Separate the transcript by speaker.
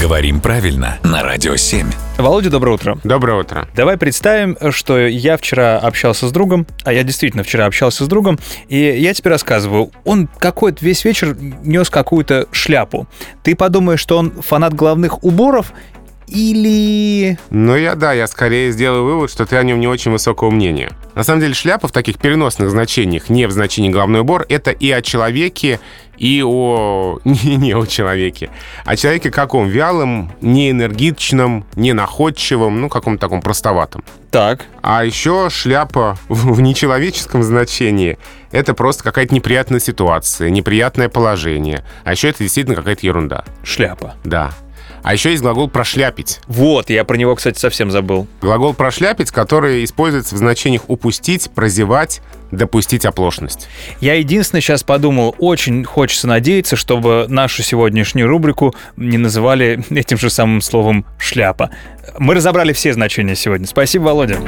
Speaker 1: Говорим правильно на Радио 7.
Speaker 2: Володя, доброе утро.
Speaker 3: Доброе утро.
Speaker 2: Давай представим, что я вчера общался с другом, а я действительно вчера общался с другом, и я тебе рассказываю, он какой-то весь вечер нес какую-то шляпу. Ты подумаешь, что он фанат головных уборов или...
Speaker 3: Ну, я, да, я скорее сделаю вывод, что ты о нем не очень высокого мнения. На самом деле, шляпа в таких переносных значениях, не в значении головной убор, это и о человеке, и о... Не, не о человеке. О человеке каком? Вялым, неэнергичном, ненаходчивом, ну, каком-то таком простоватом.
Speaker 2: Так.
Speaker 3: А еще шляпа в в нечеловеческом значении — это просто какая-то неприятная ситуация, неприятное положение. А еще это действительно какая-то ерунда.
Speaker 2: Шляпа.
Speaker 3: Да. А еще есть глагол «прошляпить».
Speaker 2: Вот, я про него, кстати, совсем забыл.
Speaker 3: Глагол «прошляпить», который используется в значениях «упустить», «прозевать», «допустить оплошность».
Speaker 2: Я единственное сейчас подумал, очень хочется надеяться, чтобы нашу сегодняшнюю рубрику не называли этим же самым словом «шляпа». Мы разобрали все значения сегодня. Спасибо, Володя.